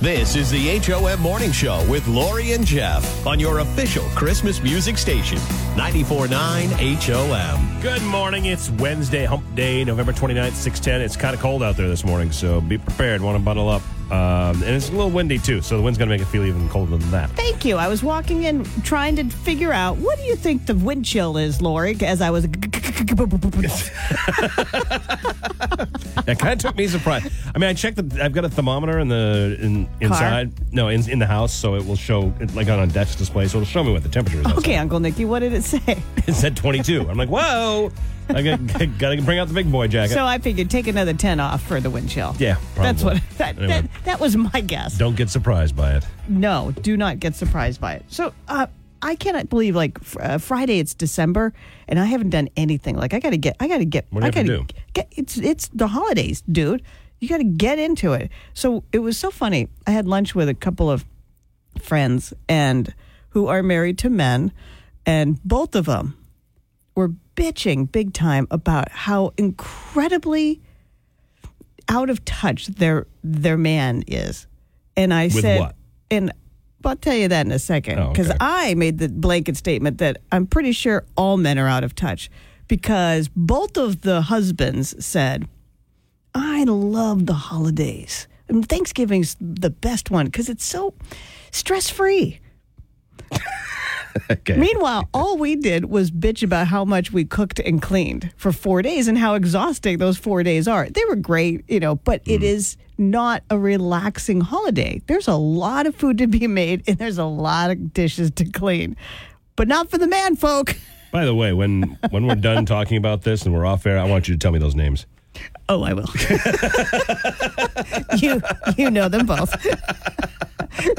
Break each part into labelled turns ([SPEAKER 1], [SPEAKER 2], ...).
[SPEAKER 1] This is the HOM Morning Show with Lori and Jeff on your official Christmas music station, 949 HOM.
[SPEAKER 2] Good morning. It's Wednesday, hump day, November 29th, 610. It's kind of cold out there this morning, so be prepared. Want to bundle up. Um, and it's a little windy, too, so the wind's going to make it feel even colder than that.
[SPEAKER 3] Thank you. I was walking in trying to figure out what do you think the wind chill is, Lori, as I was.
[SPEAKER 2] That kind of took me surprise. I mean, I checked the. I've got a thermometer in the in inside. No, in in the house, so it will show it, like on a desk display, so it'll show me what the temperature is.
[SPEAKER 3] Okay, Uncle Nicky, what did it say?
[SPEAKER 2] It said 22. I'm like, whoa! I got, gotta bring out the big boy jacket.
[SPEAKER 3] So I figured take another 10 off for the wind chill.
[SPEAKER 2] Yeah,
[SPEAKER 3] That's
[SPEAKER 2] probably.
[SPEAKER 3] what that,
[SPEAKER 2] Anyway.
[SPEAKER 3] that that was my guess.
[SPEAKER 2] Don't get surprised by it.
[SPEAKER 3] No, do not get surprised by it. So, uh I cannot believe like fr- uh, Friday it's December and I haven't done anything. Like I got to get I got to get
[SPEAKER 2] What do you
[SPEAKER 3] I
[SPEAKER 2] have
[SPEAKER 3] got
[SPEAKER 2] to do?
[SPEAKER 3] get it's it's the holidays, dude. You got to get into it. So, it was so funny. I had lunch with a couple of friends and who are married to men and both of them were bitching big time about how incredibly out of touch their their man is. And I said
[SPEAKER 2] what?
[SPEAKER 3] and I'll tell you that in a second
[SPEAKER 2] Oh,
[SPEAKER 3] because
[SPEAKER 2] okay.
[SPEAKER 3] I made the blanket statement that I'm pretty sure all men are out of touch because both of the husbands said, I love the holidays. And Thanksgiving's the best one because it's so stress free.
[SPEAKER 2] Okay.
[SPEAKER 3] Meanwhile, all we did was bitch about how much we cooked and cleaned for four days and how exhausting those four days are. They were great, you know, but it is not a relaxing holiday. There's a lot of food to be made and there's a lot of dishes to clean, but not for the man folk.
[SPEAKER 2] By the way, when when we're done talking about this and we're off air, I want you to tell me those names.
[SPEAKER 3] Oh, I will. you you know them both.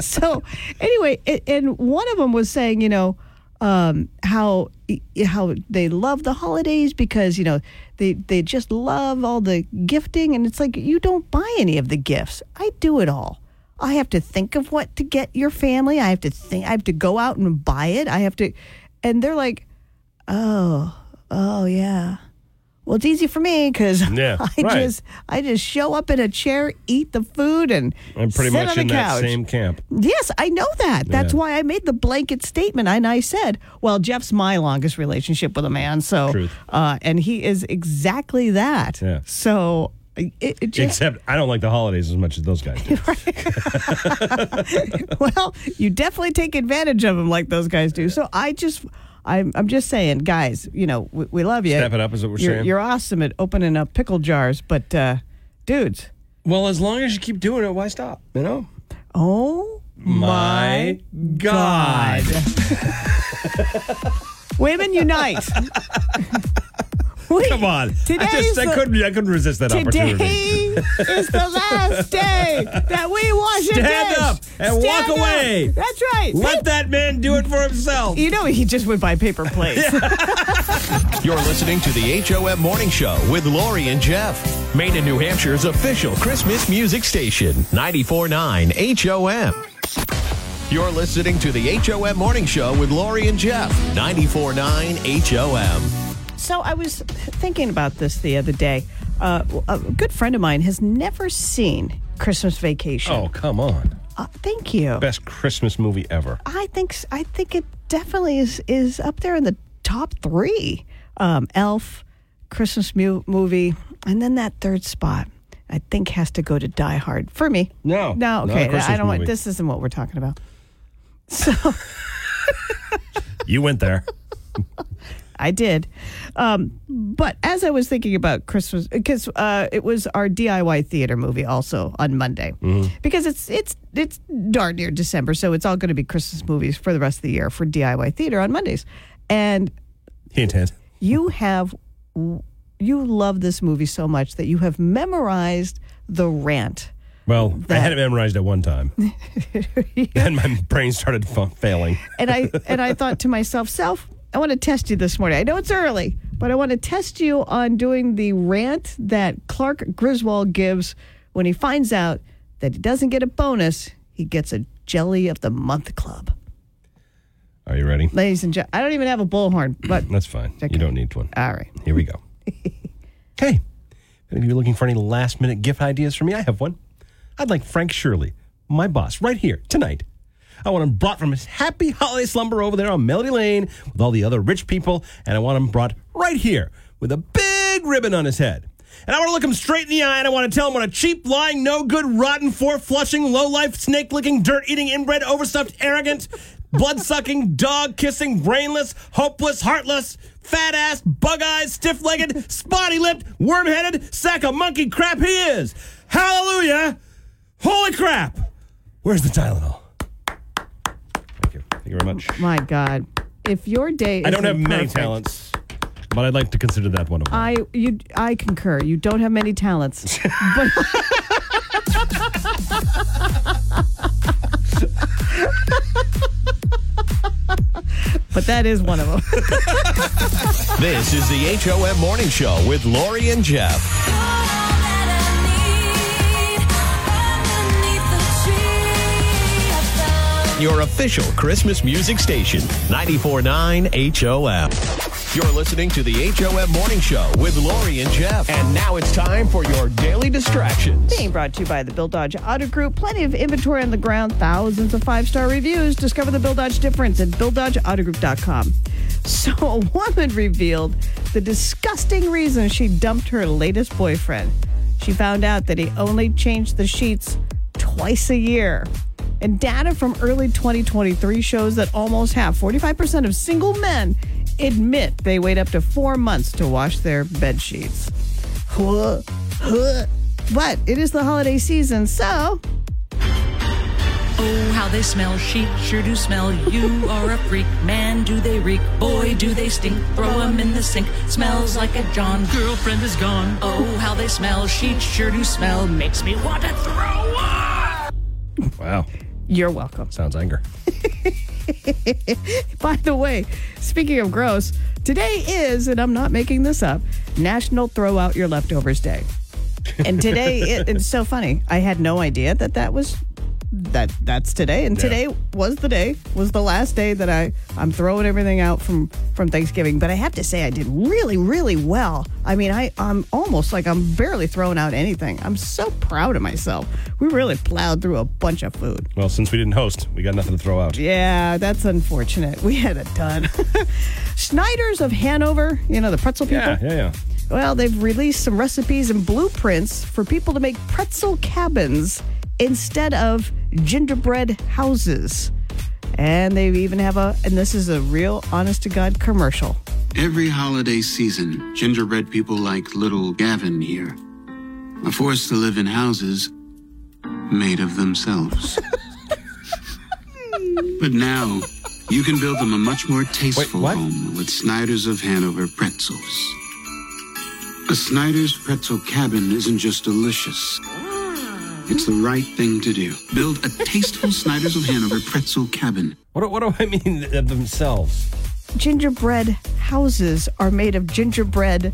[SPEAKER 3] so anyway, a- and one of them was saying, you know, um, how e, how they love the holidays because you know they they just love all the gifting, and it's like you don't buy any of the gifts. I do it all. I have to think of what to get your family. I have to think. I have to go out and buy it. I have to, and they're like, oh, oh yeah. Well, it's easy for me because
[SPEAKER 2] Yeah,
[SPEAKER 3] I
[SPEAKER 2] right.
[SPEAKER 3] just I just show up in a chair, eat the food, and
[SPEAKER 2] I'm pretty
[SPEAKER 3] sit
[SPEAKER 2] much
[SPEAKER 3] on the
[SPEAKER 2] in that
[SPEAKER 3] couch.
[SPEAKER 2] same camp.
[SPEAKER 3] Yes, I know that. That's
[SPEAKER 2] Yeah.
[SPEAKER 3] why I made the blanket statement, and I said, "Well, Jeff's my longest relationship with a man, so
[SPEAKER 2] Truth.
[SPEAKER 3] Uh, and he is exactly that.
[SPEAKER 2] Yeah.
[SPEAKER 3] So it, it just,
[SPEAKER 2] Except I don't like the holidays as much as those guys do.
[SPEAKER 3] well, you definitely take advantage of him like those guys do. So I just. I'm, I'm just saying, guys. You know, we, we love you.
[SPEAKER 2] Step it up is what we're
[SPEAKER 3] you're,
[SPEAKER 2] saying.
[SPEAKER 3] You're awesome at opening up pickle jars, but uh, dudes,
[SPEAKER 2] Well, as long as you keep doing it, why stop? You know?
[SPEAKER 3] oh
[SPEAKER 2] My God.
[SPEAKER 3] Women unite. We-
[SPEAKER 2] Come on. I
[SPEAKER 3] Today's
[SPEAKER 2] just I
[SPEAKER 3] the-
[SPEAKER 2] couldn't I couldn't resist that opportunity.
[SPEAKER 3] Today is the last day that we wash a
[SPEAKER 2] Stand
[SPEAKER 3] dish.
[SPEAKER 2] up and walk
[SPEAKER 3] up.
[SPEAKER 2] away.
[SPEAKER 3] That's right.
[SPEAKER 2] Let that man do it for himself.
[SPEAKER 3] you know he just went by paper plates.
[SPEAKER 1] You're listening to the HOM Morning Show with Lori and Jeff, Maine and New Hampshire's official Christmas music station, 949 HOM. You're listening to the HOM Morning Show with Lori and Jeff, 949 HOM.
[SPEAKER 3] So I was thinking about this the other day. Uh, a good friend of mine has never seen Christmas Vacation.
[SPEAKER 2] Oh, come on.
[SPEAKER 3] Uh, thank you.
[SPEAKER 2] Best Christmas movie ever.
[SPEAKER 3] I think s- I think it definitely is is up there in the top three. Um, Elf, Christmas mu- movie, and then that third spot I think has to go to Die Hard for me.
[SPEAKER 2] No, Oh,
[SPEAKER 3] no,
[SPEAKER 2] not a
[SPEAKER 3] okay,
[SPEAKER 2] Christmas
[SPEAKER 3] I don't want
[SPEAKER 2] movie.
[SPEAKER 3] this. Isn't what we're talking about.
[SPEAKER 2] You went there.
[SPEAKER 3] I did. Um, but as I was thinking about Christmas, because uh, it was our DIY theater movie also on Monday,
[SPEAKER 2] Mm-hmm.
[SPEAKER 3] because it's it's it's darn near December, so it's all going to be Christmas movies for the rest of the year for DIY theater on Mondays, and
[SPEAKER 2] Hint, hint.
[SPEAKER 3] you have you love this movie so much that you have memorized the rant.
[SPEAKER 2] Well, I
[SPEAKER 3] That-
[SPEAKER 2] had it memorized at one time. then my brain started fa- failing.
[SPEAKER 3] and I and I thought to myself, self, I want to test you this morning. I know it's early, but I want to test you on doing the rant that Clark Griswold gives when he finds out that he doesn't get a bonus, he gets a jelly of the month club.
[SPEAKER 2] Are you ready?
[SPEAKER 3] Ladies and gentlemen, I don't even have a bullhorn, but
[SPEAKER 2] That's fine. You don't need one.
[SPEAKER 3] all right.
[SPEAKER 2] Here we go. hey, if you're looking for any last minute gift ideas for me, I have one. I'd like Frank Shirley, my boss right here tonight. I want him brought from his happy holiday slumber over there on Melody Lane with all the other rich people, and I want him brought right here with a big ribbon on his head. And I want to look him straight in the eye, and I want to tell him what a cheap, lying, no good, rotten, four flushing, low life, snake licking, dirt eating, inbred, overstuffed, arrogant, blood sucking, dog kissing, brainless, hopeless, heartless, fat ass, bug eyed, stiff legged, spotty lipped, worm headed, sack of monkey crap he is. Hallelujah! Holy crap! Where's the Tylenol? Thank you. Thank you very much.
[SPEAKER 3] My God. If your day
[SPEAKER 2] I don't
[SPEAKER 3] isn't
[SPEAKER 2] have many
[SPEAKER 3] perfect-
[SPEAKER 2] talents, but I'd like to consider that one of them.
[SPEAKER 3] I you I concur. You don't have many talents. but But that is one of them.
[SPEAKER 1] This is the HOM Morning Show with Lori and Jeff. Your official Christmas music station, 949 HOM. You're listening to the HOM Morning Show with Lori and Jeff. And now it's time for your daily distractions.
[SPEAKER 3] Being brought to you by the Bill Dodge Auto Group. Plenty of inventory on the ground, thousands of five star reviews. Discover the Bill Dodge difference at BillDodgeAutoGroup.com. So, a woman revealed the disgusting reason she dumped her latest boyfriend. She found out that he only changed the sheets twice a year. And data from early 2023 shows that almost half, 45% of single men, admit they wait up to four months to wash their bed sheets. Huh, huh. But it is the holiday season, so
[SPEAKER 4] Oh, how they smell. Sheep sure do smell. You are a freak. Man, do they reek. Boy, do they stink. Throw 'em in the sink. Smells like a John. Girlfriend is gone. Oh, how they smell. Sheep sure do smell. Makes me want to throw up.
[SPEAKER 2] wow.
[SPEAKER 3] you're welcome.
[SPEAKER 2] Sounds anger.
[SPEAKER 3] By the way, speaking of gross, today is, and I'm not making this up, National Throw Out Your Leftovers Day. And today, it, it's so funny. I had no idea that that was that that's today and
[SPEAKER 2] Yeah.
[SPEAKER 3] today was the day was the last day that i i'm throwing everything out from from thanksgiving but i have to say i did really really well i mean i i'm almost like i'm barely throwing out anything i'm so proud of myself we really plowed through a bunch of food
[SPEAKER 2] Well, since we didn't host, we got nothing to throw out.
[SPEAKER 3] Yeah, that's unfortunate. We had a ton. Schneiders of Hanover, you know, the pretzel people.
[SPEAKER 2] Yeah, yeah, yeah.
[SPEAKER 3] Well, they've released some recipes and blueprints for people to make pretzel cabins instead of gingerbread houses. And they even have a, and this is a real honest to God commercial.
[SPEAKER 5] Every holiday season, gingerbread people like little Gavin here are forced to live in houses made of themselves. but now, you can build them a much more tasteful
[SPEAKER 2] what?
[SPEAKER 5] home with Snyder's of Hanover pretzels. A Snyder's pretzel cabin isn't just delicious. It's the right thing to do. Build a tasteful Snyder's of Hanover pretzel cabin.
[SPEAKER 2] What, do- what do I mean of themselves?
[SPEAKER 3] Gingerbread houses are made of gingerbread,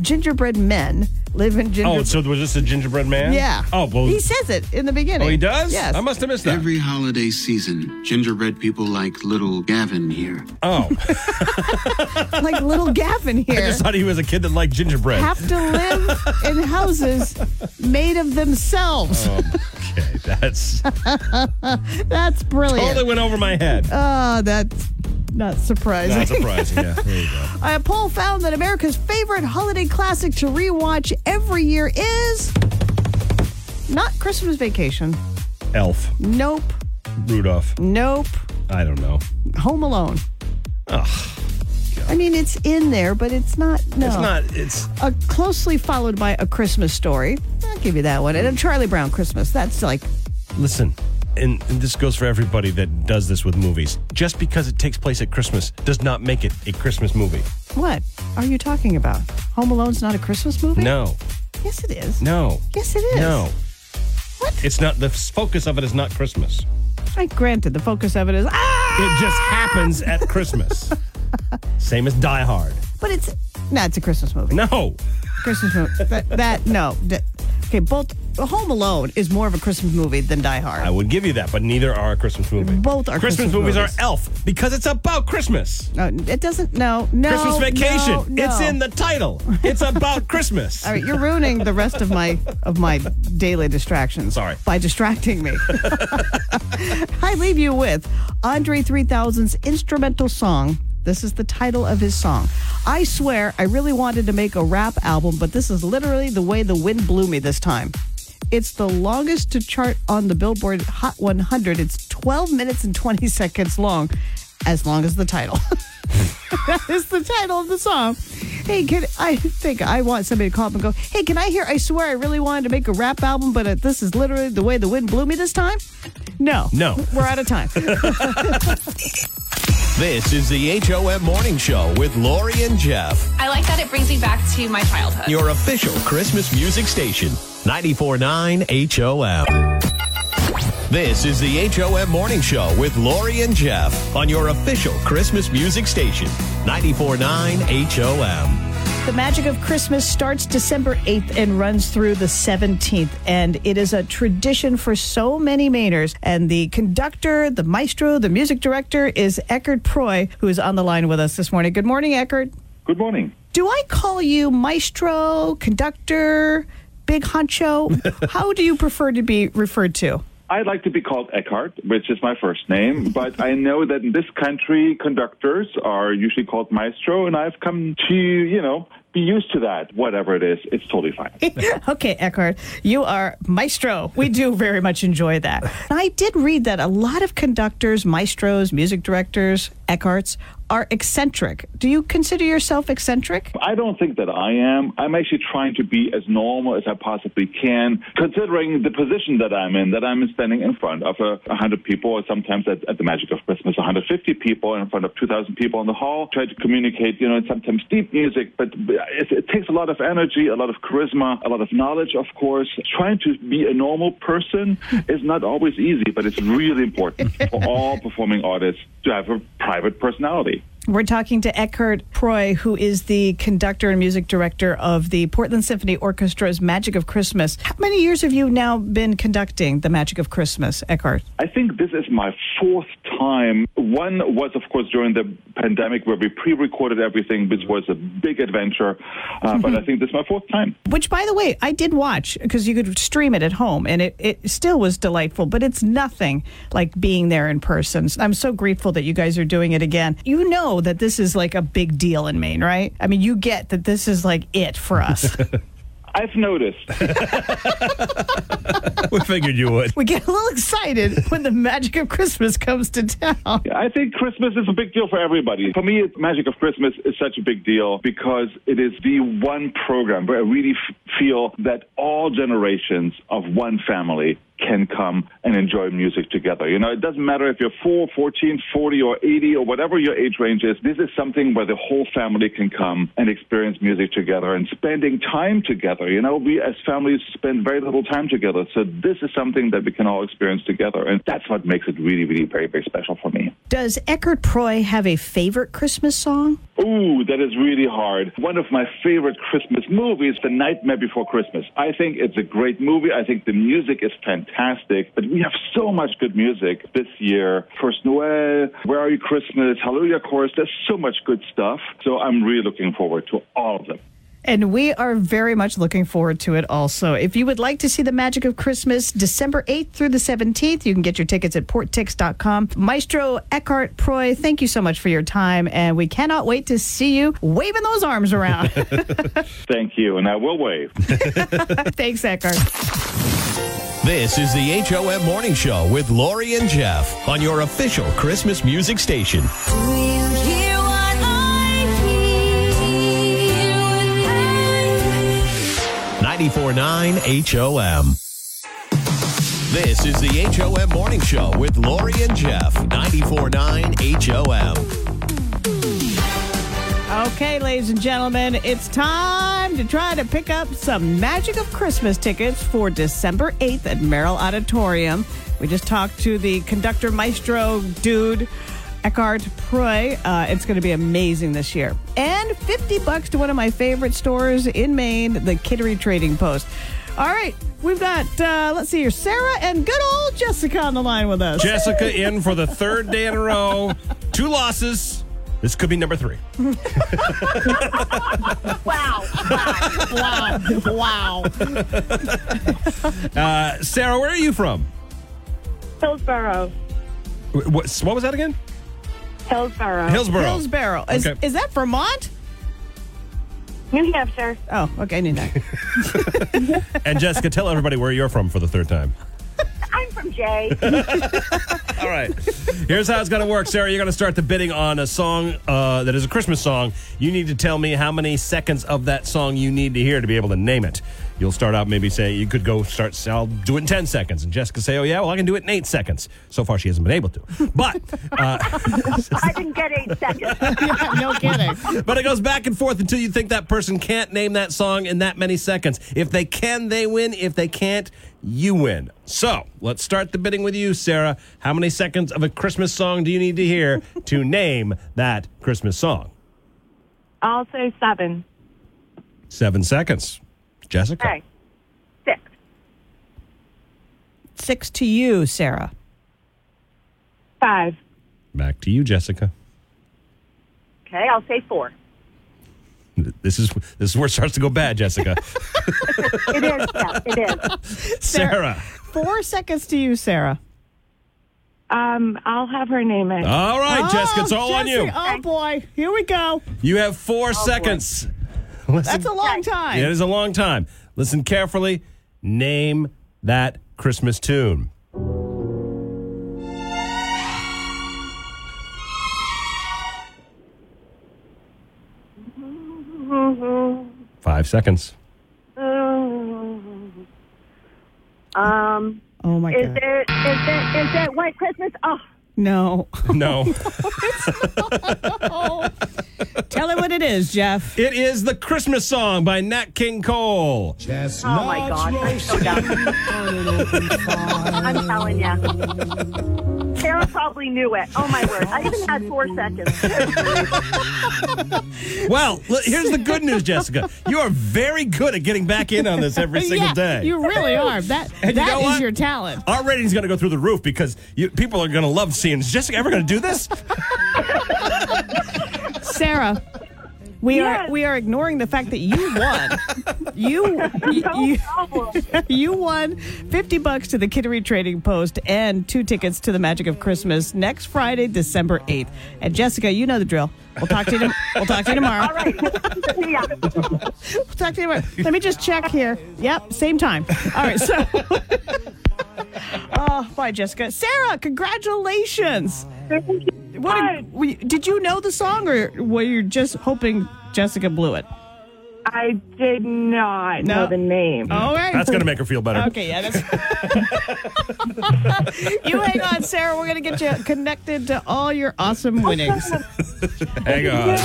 [SPEAKER 3] gingerbread men live in gingerbread.
[SPEAKER 2] Oh, so was this a gingerbread man?
[SPEAKER 3] yeah.
[SPEAKER 2] Oh, well.
[SPEAKER 3] he says it in the beginning.
[SPEAKER 2] oh, he does?
[SPEAKER 3] Yes.
[SPEAKER 2] I must have missed that.
[SPEAKER 5] Every holiday season, gingerbread people like little Gavin here
[SPEAKER 2] oh,
[SPEAKER 3] like little Gavin here.
[SPEAKER 2] I just thought he was a kid that liked gingerbread.
[SPEAKER 3] have to live in houses made of themselves.
[SPEAKER 2] okay, that's
[SPEAKER 3] That's brilliant.
[SPEAKER 2] totally went over my head.
[SPEAKER 3] Oh, that's not surprising.
[SPEAKER 2] Not surprising. Yeah, there you go.
[SPEAKER 3] A poll found that America's favorite holiday classic to rewatch every year is not Christmas Vacation.
[SPEAKER 2] Elf,
[SPEAKER 3] Nope.
[SPEAKER 2] Rudolph.
[SPEAKER 3] Nope.
[SPEAKER 2] I don't know.
[SPEAKER 3] Home Alone. I mean, it's in there, but it's not. No.
[SPEAKER 2] It's not. It's
[SPEAKER 3] Uh, closely followed by A Christmas Story. I'll give you that one. And a Charlie Brown Christmas. That's like
[SPEAKER 2] listen. And, and this goes for everybody that does this with movies. Just because it takes place at Christmas does not make it a Christmas movie.
[SPEAKER 3] What are you talking about? Home Alone's not a Christmas movie?
[SPEAKER 2] No,
[SPEAKER 3] Yes, it is.
[SPEAKER 2] no.
[SPEAKER 3] Yes, it is.
[SPEAKER 2] No,
[SPEAKER 3] What?
[SPEAKER 2] it's not. The focus of it is not Christmas.
[SPEAKER 3] I granted the focus of it is ah,
[SPEAKER 2] It just happens at Christmas. Same as Die Hard.
[SPEAKER 3] but it's no, it's a Christmas movie.
[SPEAKER 2] No.
[SPEAKER 3] Christmas movie. that, that no. That- okay, both Home Alone is more of a Christmas movie than Die Hard.
[SPEAKER 2] I would give you that, but neither are a Christmas movie.
[SPEAKER 3] Both are
[SPEAKER 2] Christmas,
[SPEAKER 3] Christmas
[SPEAKER 2] movies,
[SPEAKER 3] movies.
[SPEAKER 2] are Elf because it's about Christmas.
[SPEAKER 3] No, it doesn't. No, no.
[SPEAKER 2] Christmas Vacation.
[SPEAKER 3] no, no.
[SPEAKER 2] It's in the title. It's about Christmas.
[SPEAKER 3] All right, you're ruining the rest of my of my daily distractions.
[SPEAKER 2] Sorry.
[SPEAKER 3] by distracting me. I leave you with Andre 3000's instrumental song. This is the title of his song. I swear, I really wanted to make a rap album, but this is literally the way the wind blew me this time. It's the longest to chart on the Billboard Hot 100. It's 12 minutes and 20 seconds long, as long as the title. that is the title of the song. Hey, can I think I want somebody to call up and go, hey, can I hear? I swear I really wanted to make a rap album, but uh, this is literally the way the wind blew me this time. No.
[SPEAKER 2] No.
[SPEAKER 3] We're out of time.
[SPEAKER 1] This is the HOM Morning Show with Lori and Jeff,
[SPEAKER 6] I like that it brings me back to my childhood.
[SPEAKER 1] your official Christmas music station, 949 HOM. This is the HOM Morning Show with Lori and Jeff on your official Christmas music station, 949 HOM.
[SPEAKER 3] The magic of Christmas starts December 8th and runs through the 17th. And it is a tradition for so many Mainers. And the conductor, the maestro, the music director is Eckert Proy, who is on the line with us this morning. Good morning, Eckert.
[SPEAKER 7] Good morning.
[SPEAKER 3] Do I call you maestro, conductor, big honcho? How do you prefer to be referred to?
[SPEAKER 7] I'd like to be called Eckhart, which is my first name, but I know that in this country, conductors are usually called maestro, and I've come to, you know, be used to that. Whatever it is, it's totally fine.
[SPEAKER 3] okay, Eckhart, you are maestro. We do very much enjoy that. And I did read that a lot of conductors, maestros, music directors, Eckharts are eccentric. Do you consider yourself eccentric?
[SPEAKER 7] I don't think that I am. I'm actually trying to be as normal as I possibly can, considering the position that I'm in, that I'm standing in front of uh, a 100 people, or sometimes at, at the magic of Christmas, 150 people in front of 2,000 people in the hall, try to communicate, you know, and sometimes deep music, but it, it takes a lot of energy, a lot of charisma, a lot of knowledge, of course. Trying to be a normal person is not always easy, but it's really important for all performing artists to have a private personality.
[SPEAKER 3] We're talking to Eckhart Proy, who is the conductor and music director of the Portland Symphony Orchestra's Magic of Christmas. How many years have you now been conducting the Magic of Christmas, Eckhart?
[SPEAKER 7] I think this is my fourth time. One was, of course, during the pandemic where we pre recorded everything, which was a big adventure. Uh, but I think this is my fourth time.
[SPEAKER 3] Which, by the way, I did watch because you could stream it at home and it, it still was delightful, but it's nothing like being there in person. So I'm so grateful that you guys are doing it again. You know that this is like a big deal in Maine, right? I mean, you get that this is like it for us.
[SPEAKER 7] I've noticed.
[SPEAKER 2] we figured you would.
[SPEAKER 3] we get a little excited when the magic of Christmas comes to town.
[SPEAKER 7] I think Christmas is a big deal for everybody. For me, it's Magic of Christmas is such a big deal because it is the one program where I really f- feel that all generations of one family can come and enjoy music together. You know, it doesn't matter if you're 4, 14, 40, or 80, or whatever your age range is. This is something where the whole family can come and experience music together and spending time together. You know, we as families spend very little time together. So this is something that we can all experience together. And that's what makes it really, really very, very special for me.
[SPEAKER 3] Does Eckhart Proy have a favorite Christmas song?
[SPEAKER 7] Ooh, that is really hard. One of my favorite Christmas movies, The Nightmare Before Christmas. I think it's a great movie. I think the music is fantastic, but we have so much good music this year. First Noel, Where Are You Christmas, Hallelujah Chorus. There's so much good stuff. So I'm really looking forward to all of them.
[SPEAKER 3] And we are very much looking forward to it also. If you would like to see the magic of Christmas December 8th through the 17th, you can get your tickets at porttix.com. Maestro Eckhart Proy, thank you so much for your time. And we cannot wait to see you waving those arms around.
[SPEAKER 7] Thank you, and I will wave.
[SPEAKER 3] Thanks, Eckhart.
[SPEAKER 1] This is the HOM Morning Show with Lori and Jeff on your official Christmas music station,
[SPEAKER 8] Do you hear what I hear when I
[SPEAKER 1] 949 HOM. This is the HOM Morning Show with Lori and Jeff, 949 HOM.
[SPEAKER 3] Okay, ladies and gentlemen, it's time to try to pick up some Magic of Christmas tickets for December 8th at Merrill Auditorium. We just talked to the conductor maestro dude, Eckhart Prey. Uh, it's going to be amazing this year. And 50 bucks to one of my favorite stores in Maine, the Kittery Trading Post. All right, we've got, uh, let's see here, Sarah and good old Jessica on the line with us.
[SPEAKER 2] Jessica in for the third day in a row. Two losses. This could be number three.
[SPEAKER 6] Wow.
[SPEAKER 3] wow, wow.
[SPEAKER 2] Uh, Sarah, where are you from?
[SPEAKER 9] Hillsboro.
[SPEAKER 2] Wh- What, what was that again?
[SPEAKER 9] Uh, Hillsboro.
[SPEAKER 2] Hillsborough.
[SPEAKER 3] Hillsborough. Is,
[SPEAKER 2] Okay.
[SPEAKER 3] is that Vermont?
[SPEAKER 9] New Hampshire.
[SPEAKER 3] Oh, okay, I knew that.
[SPEAKER 2] And Jessica, tell everybody where you're from for the third time.
[SPEAKER 9] I'm from Jay.
[SPEAKER 2] All right. Here's how it's going to work, Sarah. You're going to start the bidding on a song uh, that is a Christmas song. You need to tell me how many seconds of that song you need to hear to be able to name it. You'll start out maybe saying you could go start. I'll do it in ten seconds, and Jessica say, "Oh yeah, well I can do it in eight seconds." So far, she hasn't been able to, but uh,
[SPEAKER 9] I didn't get eight seconds.
[SPEAKER 3] yeah, no kidding.
[SPEAKER 2] but it goes back and forth until you think that person can't name that song in that many seconds. If they can, they win. If they can't, you win. So let's start the bidding with you, Sarah. How many seconds of a Christmas song do you need to hear to name that Christmas song?
[SPEAKER 9] I'll say seven.
[SPEAKER 2] Seven seconds. Jessica.
[SPEAKER 9] Okay. Six.
[SPEAKER 3] Six to you, Sarah.
[SPEAKER 9] Five.
[SPEAKER 2] Back to you, Jessica.
[SPEAKER 9] Okay, I'll say four.
[SPEAKER 2] This is this is where it starts to go bad, Jessica.
[SPEAKER 9] It is, yeah, it is.
[SPEAKER 2] Sarah.
[SPEAKER 3] Four seconds to you, Sarah.
[SPEAKER 9] Um, I'll have her name it.
[SPEAKER 2] All right,
[SPEAKER 3] Oh,
[SPEAKER 2] Jessica, it's all on
[SPEAKER 3] Jesse-
[SPEAKER 2] you.
[SPEAKER 3] Oh, boy. Here we go.
[SPEAKER 2] You have four seconds.
[SPEAKER 3] That's a long time.
[SPEAKER 2] It is a long time. Listen carefully. Name that Christmas tune. Five seconds.
[SPEAKER 9] Um,
[SPEAKER 3] Oh, my
[SPEAKER 9] is
[SPEAKER 3] God.
[SPEAKER 9] it is it is it White Christmas? Oh,
[SPEAKER 3] No.
[SPEAKER 2] No.
[SPEAKER 3] Oh. Tell her what it is, Jeff.
[SPEAKER 2] it is the Christmas song by Nat King Cole.
[SPEAKER 9] oh my God! I'm so dumb. I'm telling you. Sarah probably knew it. Oh my word! I even had four seconds.
[SPEAKER 2] Well, l- here's the good news, Jessica. You are very good at getting back in on this every single
[SPEAKER 3] Uh, yeah,
[SPEAKER 2] day.
[SPEAKER 3] You really are. That that
[SPEAKER 2] And
[SPEAKER 3] is
[SPEAKER 2] you know what?
[SPEAKER 3] your talent.
[SPEAKER 2] Our rating's going to go through the roof because you, people are going to love seeing. Is Jessica ever going to do this?
[SPEAKER 3] Sarah. We
[SPEAKER 9] Yes.
[SPEAKER 3] are we are ignoring the fact that you won. you, you you won fifty bucks to the Kittery Trading Post and two tickets to the Magic of Christmas next Friday, December eighth. And Jessica, you know the drill. We'll talk to you. tom- we'll talk to you tomorrow.
[SPEAKER 9] All right. See ya.
[SPEAKER 3] We'll talk to you tomorrow. Let me just check here. Yep, same time. All right. So. Oh, bye, Jessica. Sarah, congratulations. What a-
[SPEAKER 9] Hi.
[SPEAKER 3] were you- did you know the song, or were you just hoping Jessica blew it?
[SPEAKER 9] I did not
[SPEAKER 3] No. Oh,
[SPEAKER 9] know the name.
[SPEAKER 3] All right.
[SPEAKER 2] That's going to make her feel better.
[SPEAKER 3] Okay, yeah. That's... you hang on, Sarah. We're going to get you connected to all your awesome winnings.
[SPEAKER 2] Hang on.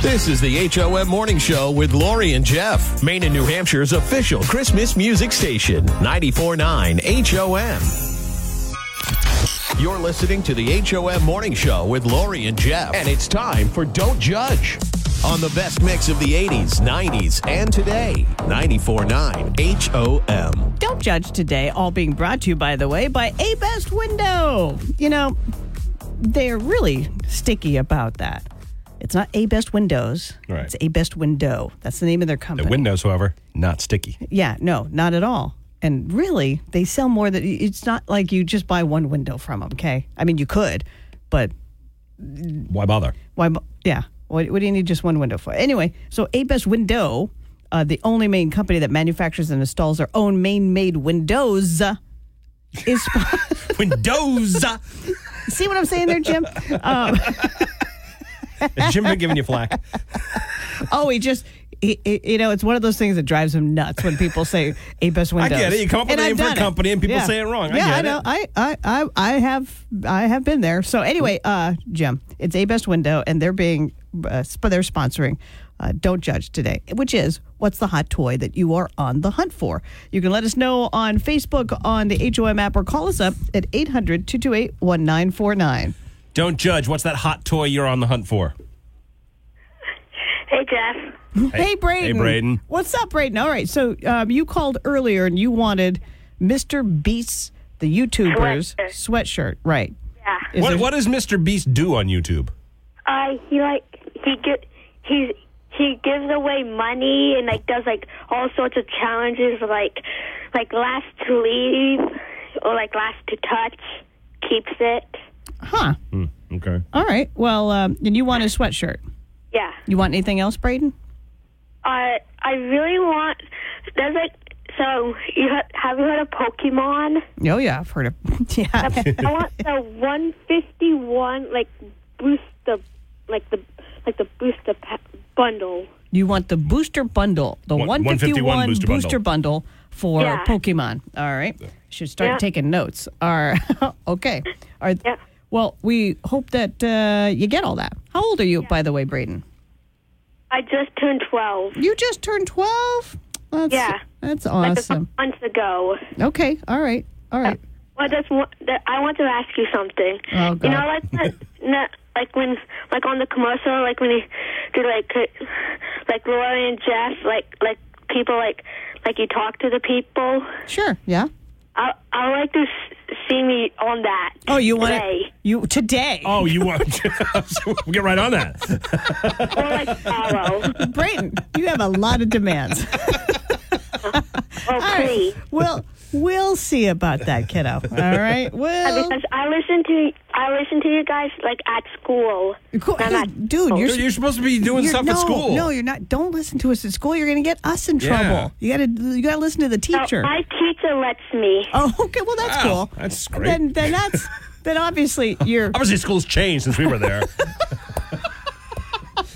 [SPEAKER 1] This is the HOM Morning Show with Lori and Jeff, Maine and New Hampshire's official Christmas music station, 949 HOM. You're listening to the HOM Morning Show with Lori and Jeff, and it's time for Don't Judge on the best mix of the 80s, 90s, and today, 949 HOM.
[SPEAKER 3] Don't judge today, all being brought to you, by the way, by A Best Window. You know, they're really sticky about that. It's not A Best Windows.
[SPEAKER 2] Right.
[SPEAKER 3] It's A Best Window. That's the name of their company.
[SPEAKER 2] The windows, however, not sticky.
[SPEAKER 3] yeah, no, not at all. And really, they sell more than it's not like you just buy one window from them, okay? I mean, you could, but
[SPEAKER 2] Why bother?
[SPEAKER 3] why? bu- Yeah. What, what do you need just one window for? Anyway, so Abest Window, uh, the only main company that manufactures and installs their own main-made windows, uh, is.
[SPEAKER 2] Windows.
[SPEAKER 3] See what I'm saying there, Jim? Um,
[SPEAKER 2] Has Jim been giving you flack?
[SPEAKER 3] oh, he just. He, he- you know, it's one of those things that drives him nuts when people say a best windows.
[SPEAKER 2] get it. You come up with
[SPEAKER 3] And
[SPEAKER 2] a name
[SPEAKER 3] I've
[SPEAKER 2] for a
[SPEAKER 3] done it.
[SPEAKER 2] company and people say it wrong. I
[SPEAKER 3] yeah,
[SPEAKER 2] get
[SPEAKER 3] I
[SPEAKER 2] it.
[SPEAKER 3] know. I, I, I, I have, I have been there. So anyway, uh, Jim, it's a best window, and they're being, uh, sp- they're sponsoring. Uh, don't judge today, which is what's the hot toy that you are on the hunt for. You can let us know on Facebook on the HOM app or call us up at 800 228 1949.
[SPEAKER 2] Don't judge. What's that hot toy you're on the hunt for?
[SPEAKER 10] Hey, Jeff.
[SPEAKER 3] Hey,
[SPEAKER 2] Hey,
[SPEAKER 3] Braden.
[SPEAKER 2] Braden.
[SPEAKER 3] What's up, Braden? All right. So um, you called earlier and you wanted Mr. Beats, the YouTuber's sweatshirt, right?
[SPEAKER 10] Yeah.
[SPEAKER 3] Is
[SPEAKER 2] What,
[SPEAKER 3] there-
[SPEAKER 2] what does Mr. Beast do on YouTube?
[SPEAKER 10] Uh, he like he get he he gives away money and like does like all sorts of challenges like like last to leave or like last to touch keeps it.
[SPEAKER 3] Huh.
[SPEAKER 2] Okay.
[SPEAKER 3] All right. Well, um, and you want a sweatshirt.
[SPEAKER 10] Yeah.
[SPEAKER 3] You want anything else, Braden?
[SPEAKER 10] Uh, I really want there's like so you ha- have you heard of Pokemon?
[SPEAKER 3] Oh, yeah. I've heard of Yeah.
[SPEAKER 10] I want the 151 like booster like the like the booster pa- bundle.
[SPEAKER 3] You want the booster bundle, the
[SPEAKER 2] One-
[SPEAKER 3] 151,
[SPEAKER 2] 151 booster
[SPEAKER 3] booster,
[SPEAKER 2] bundle.
[SPEAKER 3] bundle. for
[SPEAKER 10] Yeah.
[SPEAKER 3] Pokemon. All right. Should start
[SPEAKER 10] Yeah.
[SPEAKER 3] taking notes. Are okay. Are
[SPEAKER 10] Yeah.
[SPEAKER 3] Well, we hope that uh, you get all that. How old are you, by the way, Braden?
[SPEAKER 10] I just turned 12.
[SPEAKER 3] You just turned 12? That's,
[SPEAKER 10] Yeah.
[SPEAKER 3] That's
[SPEAKER 10] Like a couple
[SPEAKER 3] awesome.
[SPEAKER 10] months ago.
[SPEAKER 3] Okay. All right. All right.
[SPEAKER 10] Well, that's one, that I want to ask you something.
[SPEAKER 3] Oh,
[SPEAKER 10] You know,
[SPEAKER 3] God.
[SPEAKER 10] like that, no, like when, like on the commercial, like when you do like, uh, like Laura and Jeff, like like people, like like you talk to the people.
[SPEAKER 3] Sure. Yeah.
[SPEAKER 10] I I would like to s- see me on that.
[SPEAKER 3] Oh, you want
[SPEAKER 10] today.
[SPEAKER 3] it? You today.
[SPEAKER 2] Oh, you want? so we'll get right on that.
[SPEAKER 10] or like tomorrow,
[SPEAKER 3] Brayden, you have a lot of demands.
[SPEAKER 10] or please.
[SPEAKER 3] Well, we'll see about that, kiddo. All right. Well,
[SPEAKER 10] Because I listen to I listen to you guys like at school.
[SPEAKER 3] Cool.
[SPEAKER 10] I'm
[SPEAKER 3] Hey,
[SPEAKER 10] at-
[SPEAKER 3] dude, you're,
[SPEAKER 2] Dude, you're supposed to be doing
[SPEAKER 3] you're-
[SPEAKER 2] stuff
[SPEAKER 3] no,
[SPEAKER 2] at school.
[SPEAKER 3] No, you're not. Don't listen to us at school. You're going to get us in
[SPEAKER 2] Yeah.
[SPEAKER 3] trouble. You got to you got to listen to the
[SPEAKER 10] No,
[SPEAKER 3] teacher.
[SPEAKER 10] my teacher lets me.
[SPEAKER 3] oh, okay. Well, that's
[SPEAKER 2] Wow,
[SPEAKER 3] cool.
[SPEAKER 2] that's great.
[SPEAKER 3] Then then that's then obviously you're
[SPEAKER 2] Obviously, school's changed since we were there.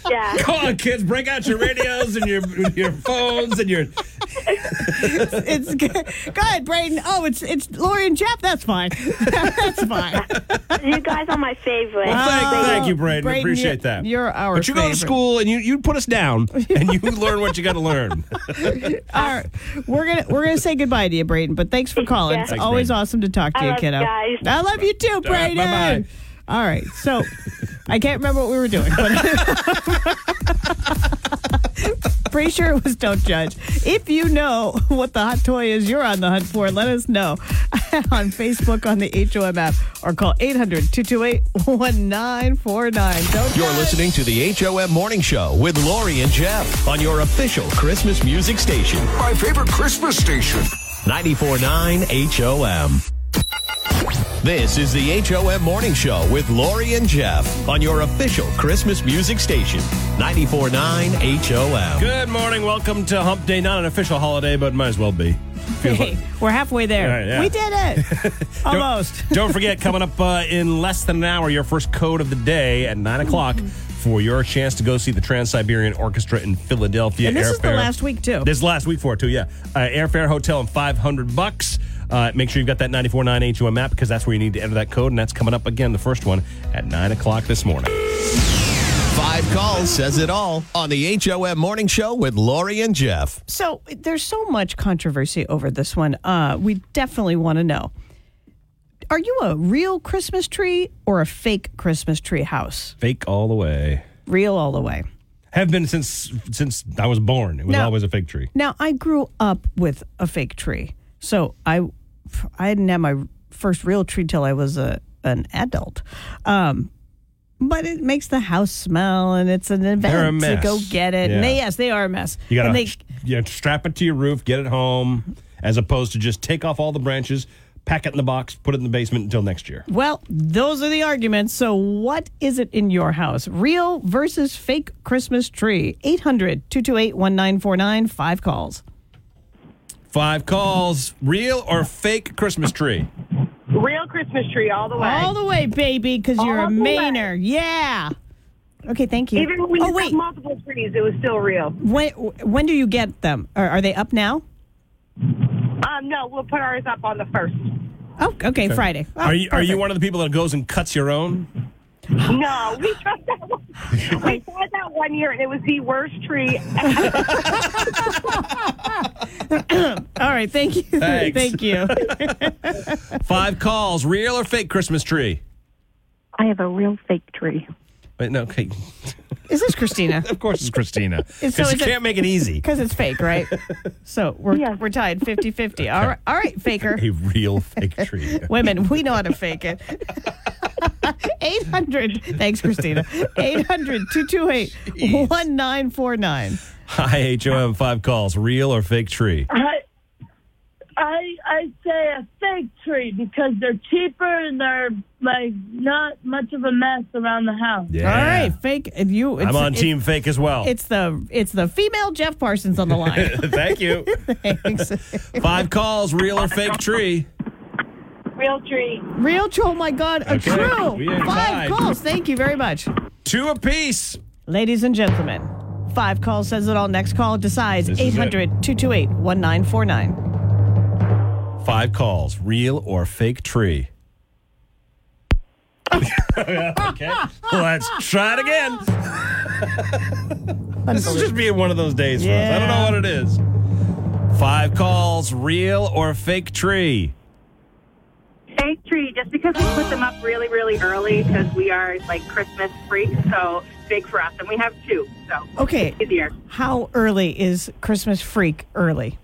[SPEAKER 10] Yeah.
[SPEAKER 2] Come on, kids, break out your radios and your your phones and your.
[SPEAKER 3] it's good. Go ahead, Brayden. Oh, it's it's Lori and Jeff. That's fine. that's fine.
[SPEAKER 10] you guys are my favorite.
[SPEAKER 2] Well, thank, thank you, Braden.
[SPEAKER 3] Braden,
[SPEAKER 2] Appreciate
[SPEAKER 3] you-
[SPEAKER 2] that.
[SPEAKER 3] you're our
[SPEAKER 2] But you go to
[SPEAKER 3] favorite.
[SPEAKER 2] school and you, you put us down and you learn what you got to learn.
[SPEAKER 3] All right, we're gonna we're gonna say goodbye to you, Brayden. But thanks for calling.
[SPEAKER 10] Yeah.
[SPEAKER 3] It's
[SPEAKER 2] Thanks,
[SPEAKER 3] always
[SPEAKER 2] Brayden.
[SPEAKER 3] awesome to talk to
[SPEAKER 10] I
[SPEAKER 3] you,
[SPEAKER 10] love you
[SPEAKER 3] kiddo.
[SPEAKER 10] guys.
[SPEAKER 3] I love you too,
[SPEAKER 2] All right,
[SPEAKER 3] Brayden.
[SPEAKER 2] bye-bye.
[SPEAKER 3] All right, so I can't remember what we were doing, but pretty sure it was don't judge. If you know what the hot toy is you're on the hunt for, let us know on Facebook on the HOM app or call 800-228-1949. Don't
[SPEAKER 1] You're
[SPEAKER 3] judge.
[SPEAKER 1] listening to the HOM Morning Show with Lori and Jeff on your official Christmas music station,
[SPEAKER 11] My favorite Christmas station.
[SPEAKER 1] 94.9 HOM. This is the HOM Morning Show with Lori and Jeff on your official Christmas music station, 94.9 HOM.
[SPEAKER 2] Good morning. Welcome to Hump Day. Not an official holiday, but might as well be. Feels like-
[SPEAKER 3] Hey, we're halfway there.
[SPEAKER 2] All right, yeah.
[SPEAKER 3] We did it. Almost.
[SPEAKER 2] Don't forget, coming up uh, in less than an hour, your first code of the day at 9 o'clock for your chance to go see the Trans Siberian Orchestra in Philadelphia.
[SPEAKER 3] And this is the
[SPEAKER 2] Airfare-
[SPEAKER 3] last week, too.
[SPEAKER 2] This is last week for it, too, yeah. Uh, airfare, hotel, and 500 bucks. Uh, make sure you've got that 94.9 HOM app because that's where you need to enter that code, and that's coming up again, the first one, at 9 o'clock this morning.
[SPEAKER 1] Five calls says it all on the HOM Morning Show with Lori and Jeff.
[SPEAKER 3] So there's so much controversy over this one. Uh, we definitely want to know: Are you a real Christmas tree or a fake Christmas tree house?
[SPEAKER 2] Fake all the way.
[SPEAKER 3] Real all the way.
[SPEAKER 2] Have been since since I was born. It was
[SPEAKER 3] No.
[SPEAKER 2] always a fig tree.
[SPEAKER 3] Now I grew up with a fake tree, so I I didn't have my first real tree till I was a an adult. Um, but it makes the house smell, and it's an
[SPEAKER 2] They're a
[SPEAKER 3] event to
[SPEAKER 2] mess.
[SPEAKER 3] go get it.
[SPEAKER 2] Yeah.
[SPEAKER 3] And they, yes, they are a mess.
[SPEAKER 2] You gotta
[SPEAKER 3] and they,
[SPEAKER 2] you know, strap it to your roof, get it home, as opposed to just take off all the branches, pack it in the box, put it in the basement until next year.
[SPEAKER 3] Well, those are the arguments. So, what is it in your house? Real versus fake Christmas tree. 800 228 1949, five calls.
[SPEAKER 2] Five calls, real or fake Christmas tree?
[SPEAKER 9] Real Christmas tree all the way.
[SPEAKER 3] All the way, baby, because you're a
[SPEAKER 9] All the way.
[SPEAKER 3] Mainer. Yeah. Okay, thank you.
[SPEAKER 9] Even when
[SPEAKER 3] oh,
[SPEAKER 9] you
[SPEAKER 3] wait.
[SPEAKER 9] have multiple trees, it was still real.
[SPEAKER 3] When, when do you get them? Are, are they up now?
[SPEAKER 9] Um, no, we'll put ours up on the first.
[SPEAKER 3] Oh, okay, Friday. Oh,
[SPEAKER 2] are you are you
[SPEAKER 3] perfect.
[SPEAKER 2] one of the people that goes and cuts your own?
[SPEAKER 9] No, we tried that one. We tried that one year, and it was the worst tree.
[SPEAKER 3] All right, thank you.
[SPEAKER 2] Thanks.
[SPEAKER 3] thank you.
[SPEAKER 2] Five calls, real or fake Christmas tree?
[SPEAKER 10] I have a real fake tree.
[SPEAKER 2] Wait, no, okay.
[SPEAKER 3] Is this Christina?
[SPEAKER 2] of course it's Christina.
[SPEAKER 3] And
[SPEAKER 2] Because
[SPEAKER 3] so
[SPEAKER 2] you
[SPEAKER 3] is it-
[SPEAKER 2] can't make it easy.
[SPEAKER 3] Because it's fake, right? so we're, we're tied 50 50. All right, all right, faker.
[SPEAKER 2] A real fake tree.
[SPEAKER 3] Women, we know how to fake it. 800, thanks, Christina. 800 228 1949.
[SPEAKER 2] Hi, HOM five calls. Real or fake tree?
[SPEAKER 12] I, I, I say a fake tree because they're cheaper and they're like not much of a mess around the house.
[SPEAKER 2] Yeah. All right,
[SPEAKER 3] fake. And you,
[SPEAKER 2] I'm on team fake as well.
[SPEAKER 3] It's the it's the female Jeff Parsons on the line.
[SPEAKER 2] Thank you.
[SPEAKER 3] Thanks.
[SPEAKER 2] Five calls. Real or fake tree?
[SPEAKER 3] Real tree. Real tree. Oh my God. A
[SPEAKER 2] Okay, we
[SPEAKER 3] true.
[SPEAKER 2] are
[SPEAKER 3] Five
[SPEAKER 2] tied.
[SPEAKER 3] calls. Thank you very much.
[SPEAKER 2] Two apiece.
[SPEAKER 3] Ladies and gentlemen, five calls says it all. Next call decides
[SPEAKER 2] This is it.
[SPEAKER 3] 800 228 1949.
[SPEAKER 2] Five calls. Real or fake tree? okay. Let's try it again. this is just being one of those days for us. I don't know what it is. Five calls. Real or fake tree?
[SPEAKER 13] Fake tree, just because we put them up really, really early because we are like Christmas freaks, so big for us. And we have two, so
[SPEAKER 3] Okay.
[SPEAKER 13] it's easier.
[SPEAKER 3] How early is Christmas Freak early?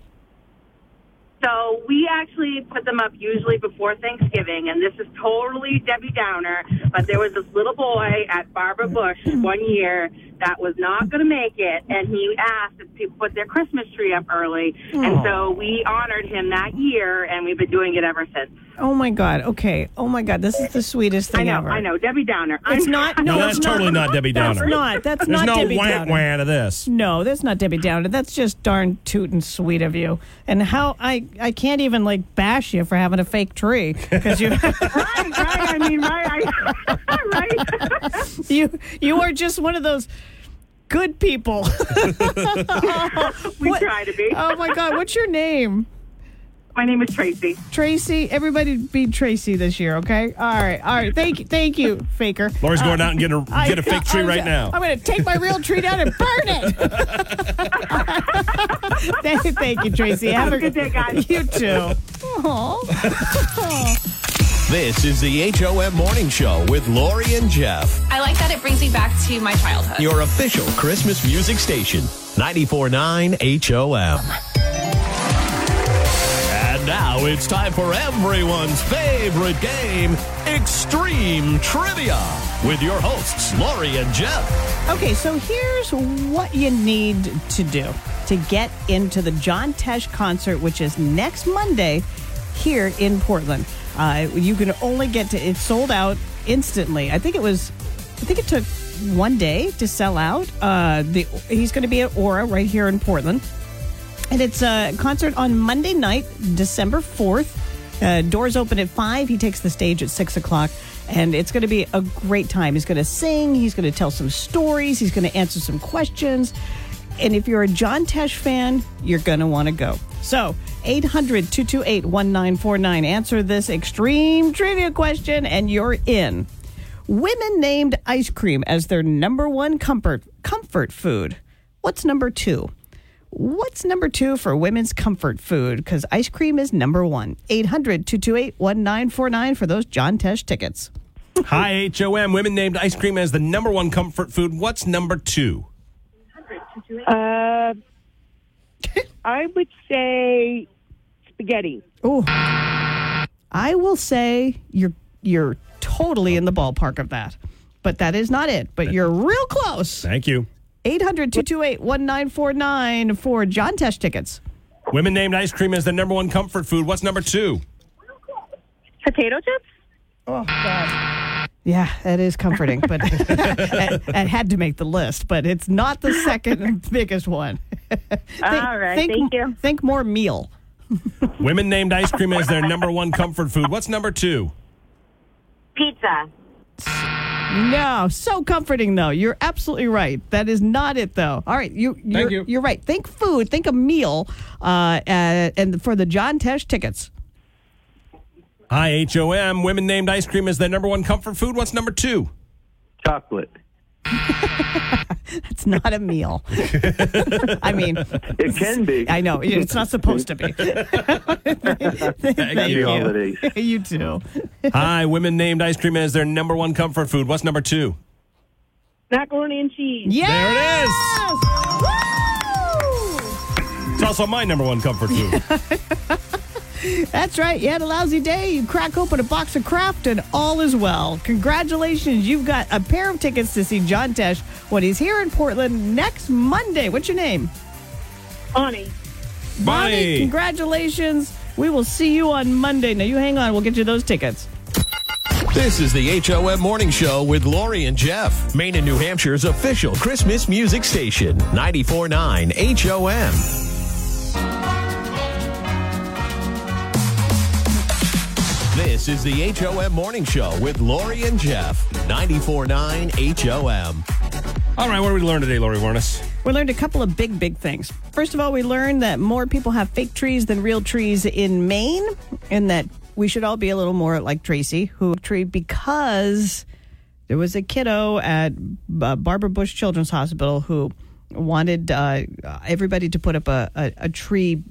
[SPEAKER 13] So we actually put them up usually before Thanksgiving, and this is totally Debbie Downer. But there was this little boy at Barbara Bush one year that was not going to make it, and he asked if people put their Christmas tree up early, and so we honored him that year, and we've been doing it ever since.
[SPEAKER 3] Oh my God. Okay. Oh my God. This is the sweetest thing
[SPEAKER 13] I know,
[SPEAKER 3] ever.
[SPEAKER 13] I know, Debbie Downer.
[SPEAKER 3] It's
[SPEAKER 13] I'm-
[SPEAKER 3] not. No,
[SPEAKER 2] No, that's
[SPEAKER 3] it's
[SPEAKER 2] totally not Debbie Downer.
[SPEAKER 3] That's not. That's
[SPEAKER 2] There's
[SPEAKER 3] not
[SPEAKER 2] no
[SPEAKER 3] Debbie
[SPEAKER 2] wham
[SPEAKER 3] Downer.
[SPEAKER 2] wham to this.
[SPEAKER 3] No, that's not Debbie Downer. That's just darn tootin' sweet of you. And how I I can't even like bash you for having a fake tree because you
[SPEAKER 13] right, right. I mean, right, I, right.
[SPEAKER 3] you you are just one of those good people.
[SPEAKER 13] we try to be.
[SPEAKER 3] oh my God, what's your name?
[SPEAKER 13] My name is Tracy.
[SPEAKER 3] Tracy, everybody be Tracy this year, okay? All right, all right. Thank you, thank you, Faker.
[SPEAKER 2] Lori's going out and getting a,
[SPEAKER 3] I-
[SPEAKER 2] get a fake tree
[SPEAKER 3] I'm-
[SPEAKER 2] right now.
[SPEAKER 3] I'm going to take my real tree down and burn it. thank, thank you, Tracy. Have, a good
[SPEAKER 13] day, guys.
[SPEAKER 3] You too. Aw.
[SPEAKER 1] This is the HOM Morning Show with Lori and Jeff,
[SPEAKER 6] I like that it brings me back to my childhood.
[SPEAKER 1] your official Christmas music station, 949 HOM. And now it's time for everyone's favorite game, Extreme Trivia, with your hosts, Lori and Jeff.
[SPEAKER 3] Okay, so here's what you need to do to get into the John Tesh concert, which is next Monday here in Portland. Uh, you can only get to it sold out instantly. I think it was, I think it took one day to sell out. Uh, the he's going to be at Aura right here in Portland. And it's a concert on Monday night, December 4th. Uh, doors open at 5. He takes the stage at 6 o'clock. And it's going to be a great time. He's going to sing. He's going to tell some stories. He's going to answer some questions. And if you're a John Tesh fan, you're going to want to go. So, 800 228 1949. Answer this extreme trivia question, and you're in. Women named ice cream as their number one comfort, comfort food. What's number two? What's number two for women's comfort food? Because ice cream is number one. 800 228 1949 for those John Tesh tickets.
[SPEAKER 2] Hi, HOM. Women named ice cream as the number one comfort food. What's number two?
[SPEAKER 14] Uh, I would say spaghetti.
[SPEAKER 3] Oh, I will say you're you're totally in the ballpark of that, but that is not it. But you're real close.
[SPEAKER 2] Thank you.
[SPEAKER 3] 800 228 1949 for John Tesh tickets.
[SPEAKER 2] Women named ice cream as the number one comfort food. What's number two?
[SPEAKER 13] Potato chips?
[SPEAKER 3] Oh, God. Yeah, that is comforting, but I had to make the list, but it's not the second biggest one.
[SPEAKER 13] All right, thank
[SPEAKER 3] you. Think more meal.
[SPEAKER 2] Women named ice cream as their number one comfort food. What's number two?
[SPEAKER 13] Pizza.
[SPEAKER 3] No, so comforting though. You're absolutely right. That is not it though. All right, you you're,
[SPEAKER 2] Thank you.
[SPEAKER 3] are right. Think food, think a meal uh, and, and for the John Tesh tickets.
[SPEAKER 2] Hi, HOM. Women named ice cream as their number one comfort food. What's number two?
[SPEAKER 15] Chocolate.
[SPEAKER 3] It's not a meal. I mean,
[SPEAKER 15] It can be.
[SPEAKER 3] I know it's not supposed to be.
[SPEAKER 15] Happy holidays.
[SPEAKER 3] you too.
[SPEAKER 2] Hi, women named ice cream as their number one comfort food. What's number two?
[SPEAKER 9] Macaroni and cheese.
[SPEAKER 2] There it is. It's also my number one comfort food.
[SPEAKER 3] That's right. You had a lousy day. You crack open a box of craft, and all is well. Congratulations. You've got a pair of tickets to see John Tesh when he's here in Portland next Monday. What's your name?
[SPEAKER 9] Bonnie.
[SPEAKER 3] Bonnie. Congratulations. We will see you on Monday. Now, you hang on. We'll get you those tickets.
[SPEAKER 1] This is the HOM Morning Show with Lori and Jeff, Maine and New Hampshire's official Christmas music station, 94.9 HOM. This is the HOM Morning Show with Lori and Jeff, 94.9 HOM.
[SPEAKER 2] All right, what did we learn today, Lori Warnes?
[SPEAKER 3] We learned a couple of big, big things. First of all, we learned that more people have fake trees than real trees in Maine, and that we should all be a little more like Tracy, who tree because there was a kiddo at uh, Barbara Bush Children's Hospital who wanted uh, everybody to put up a, a, a tree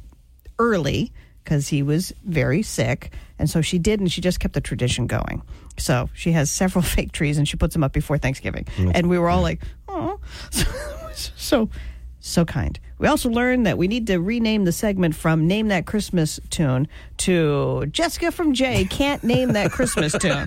[SPEAKER 3] early because he was very sick. And so she did, and she just kept the tradition going. So she has several fake trees and she puts them up before Thanksgiving. And we were all like, oh. So, so, so kind. We also learned that we need to rename the segment from Name That Christmas Tune to Jessica from Jay Can't Name That Christmas Tune.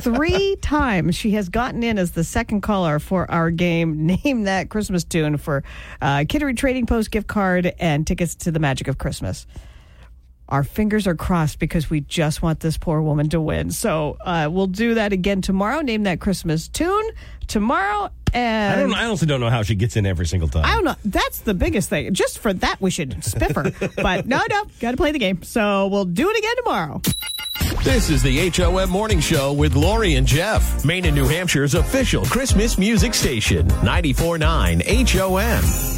[SPEAKER 3] Three times she has gotten in as the second caller for our game Name That Christmas Tune for uh, Kittery Trading Post gift card and tickets to the Magic of Christmas our fingers are crossed because we just want this poor woman to win. So uh, we'll do that again tomorrow. Name that Christmas tune tomorrow. And
[SPEAKER 2] I don't. I honestly don't know how she gets in every single time.
[SPEAKER 3] I don't know. That's the biggest thing. Just for that, we should spiff her. but no, no, got to play the game. So we'll do it again tomorrow.
[SPEAKER 1] This is the HOM Morning Show with Lori and Jeff, Maine and New Hampshire's official Christmas music station, 94.9 HOM.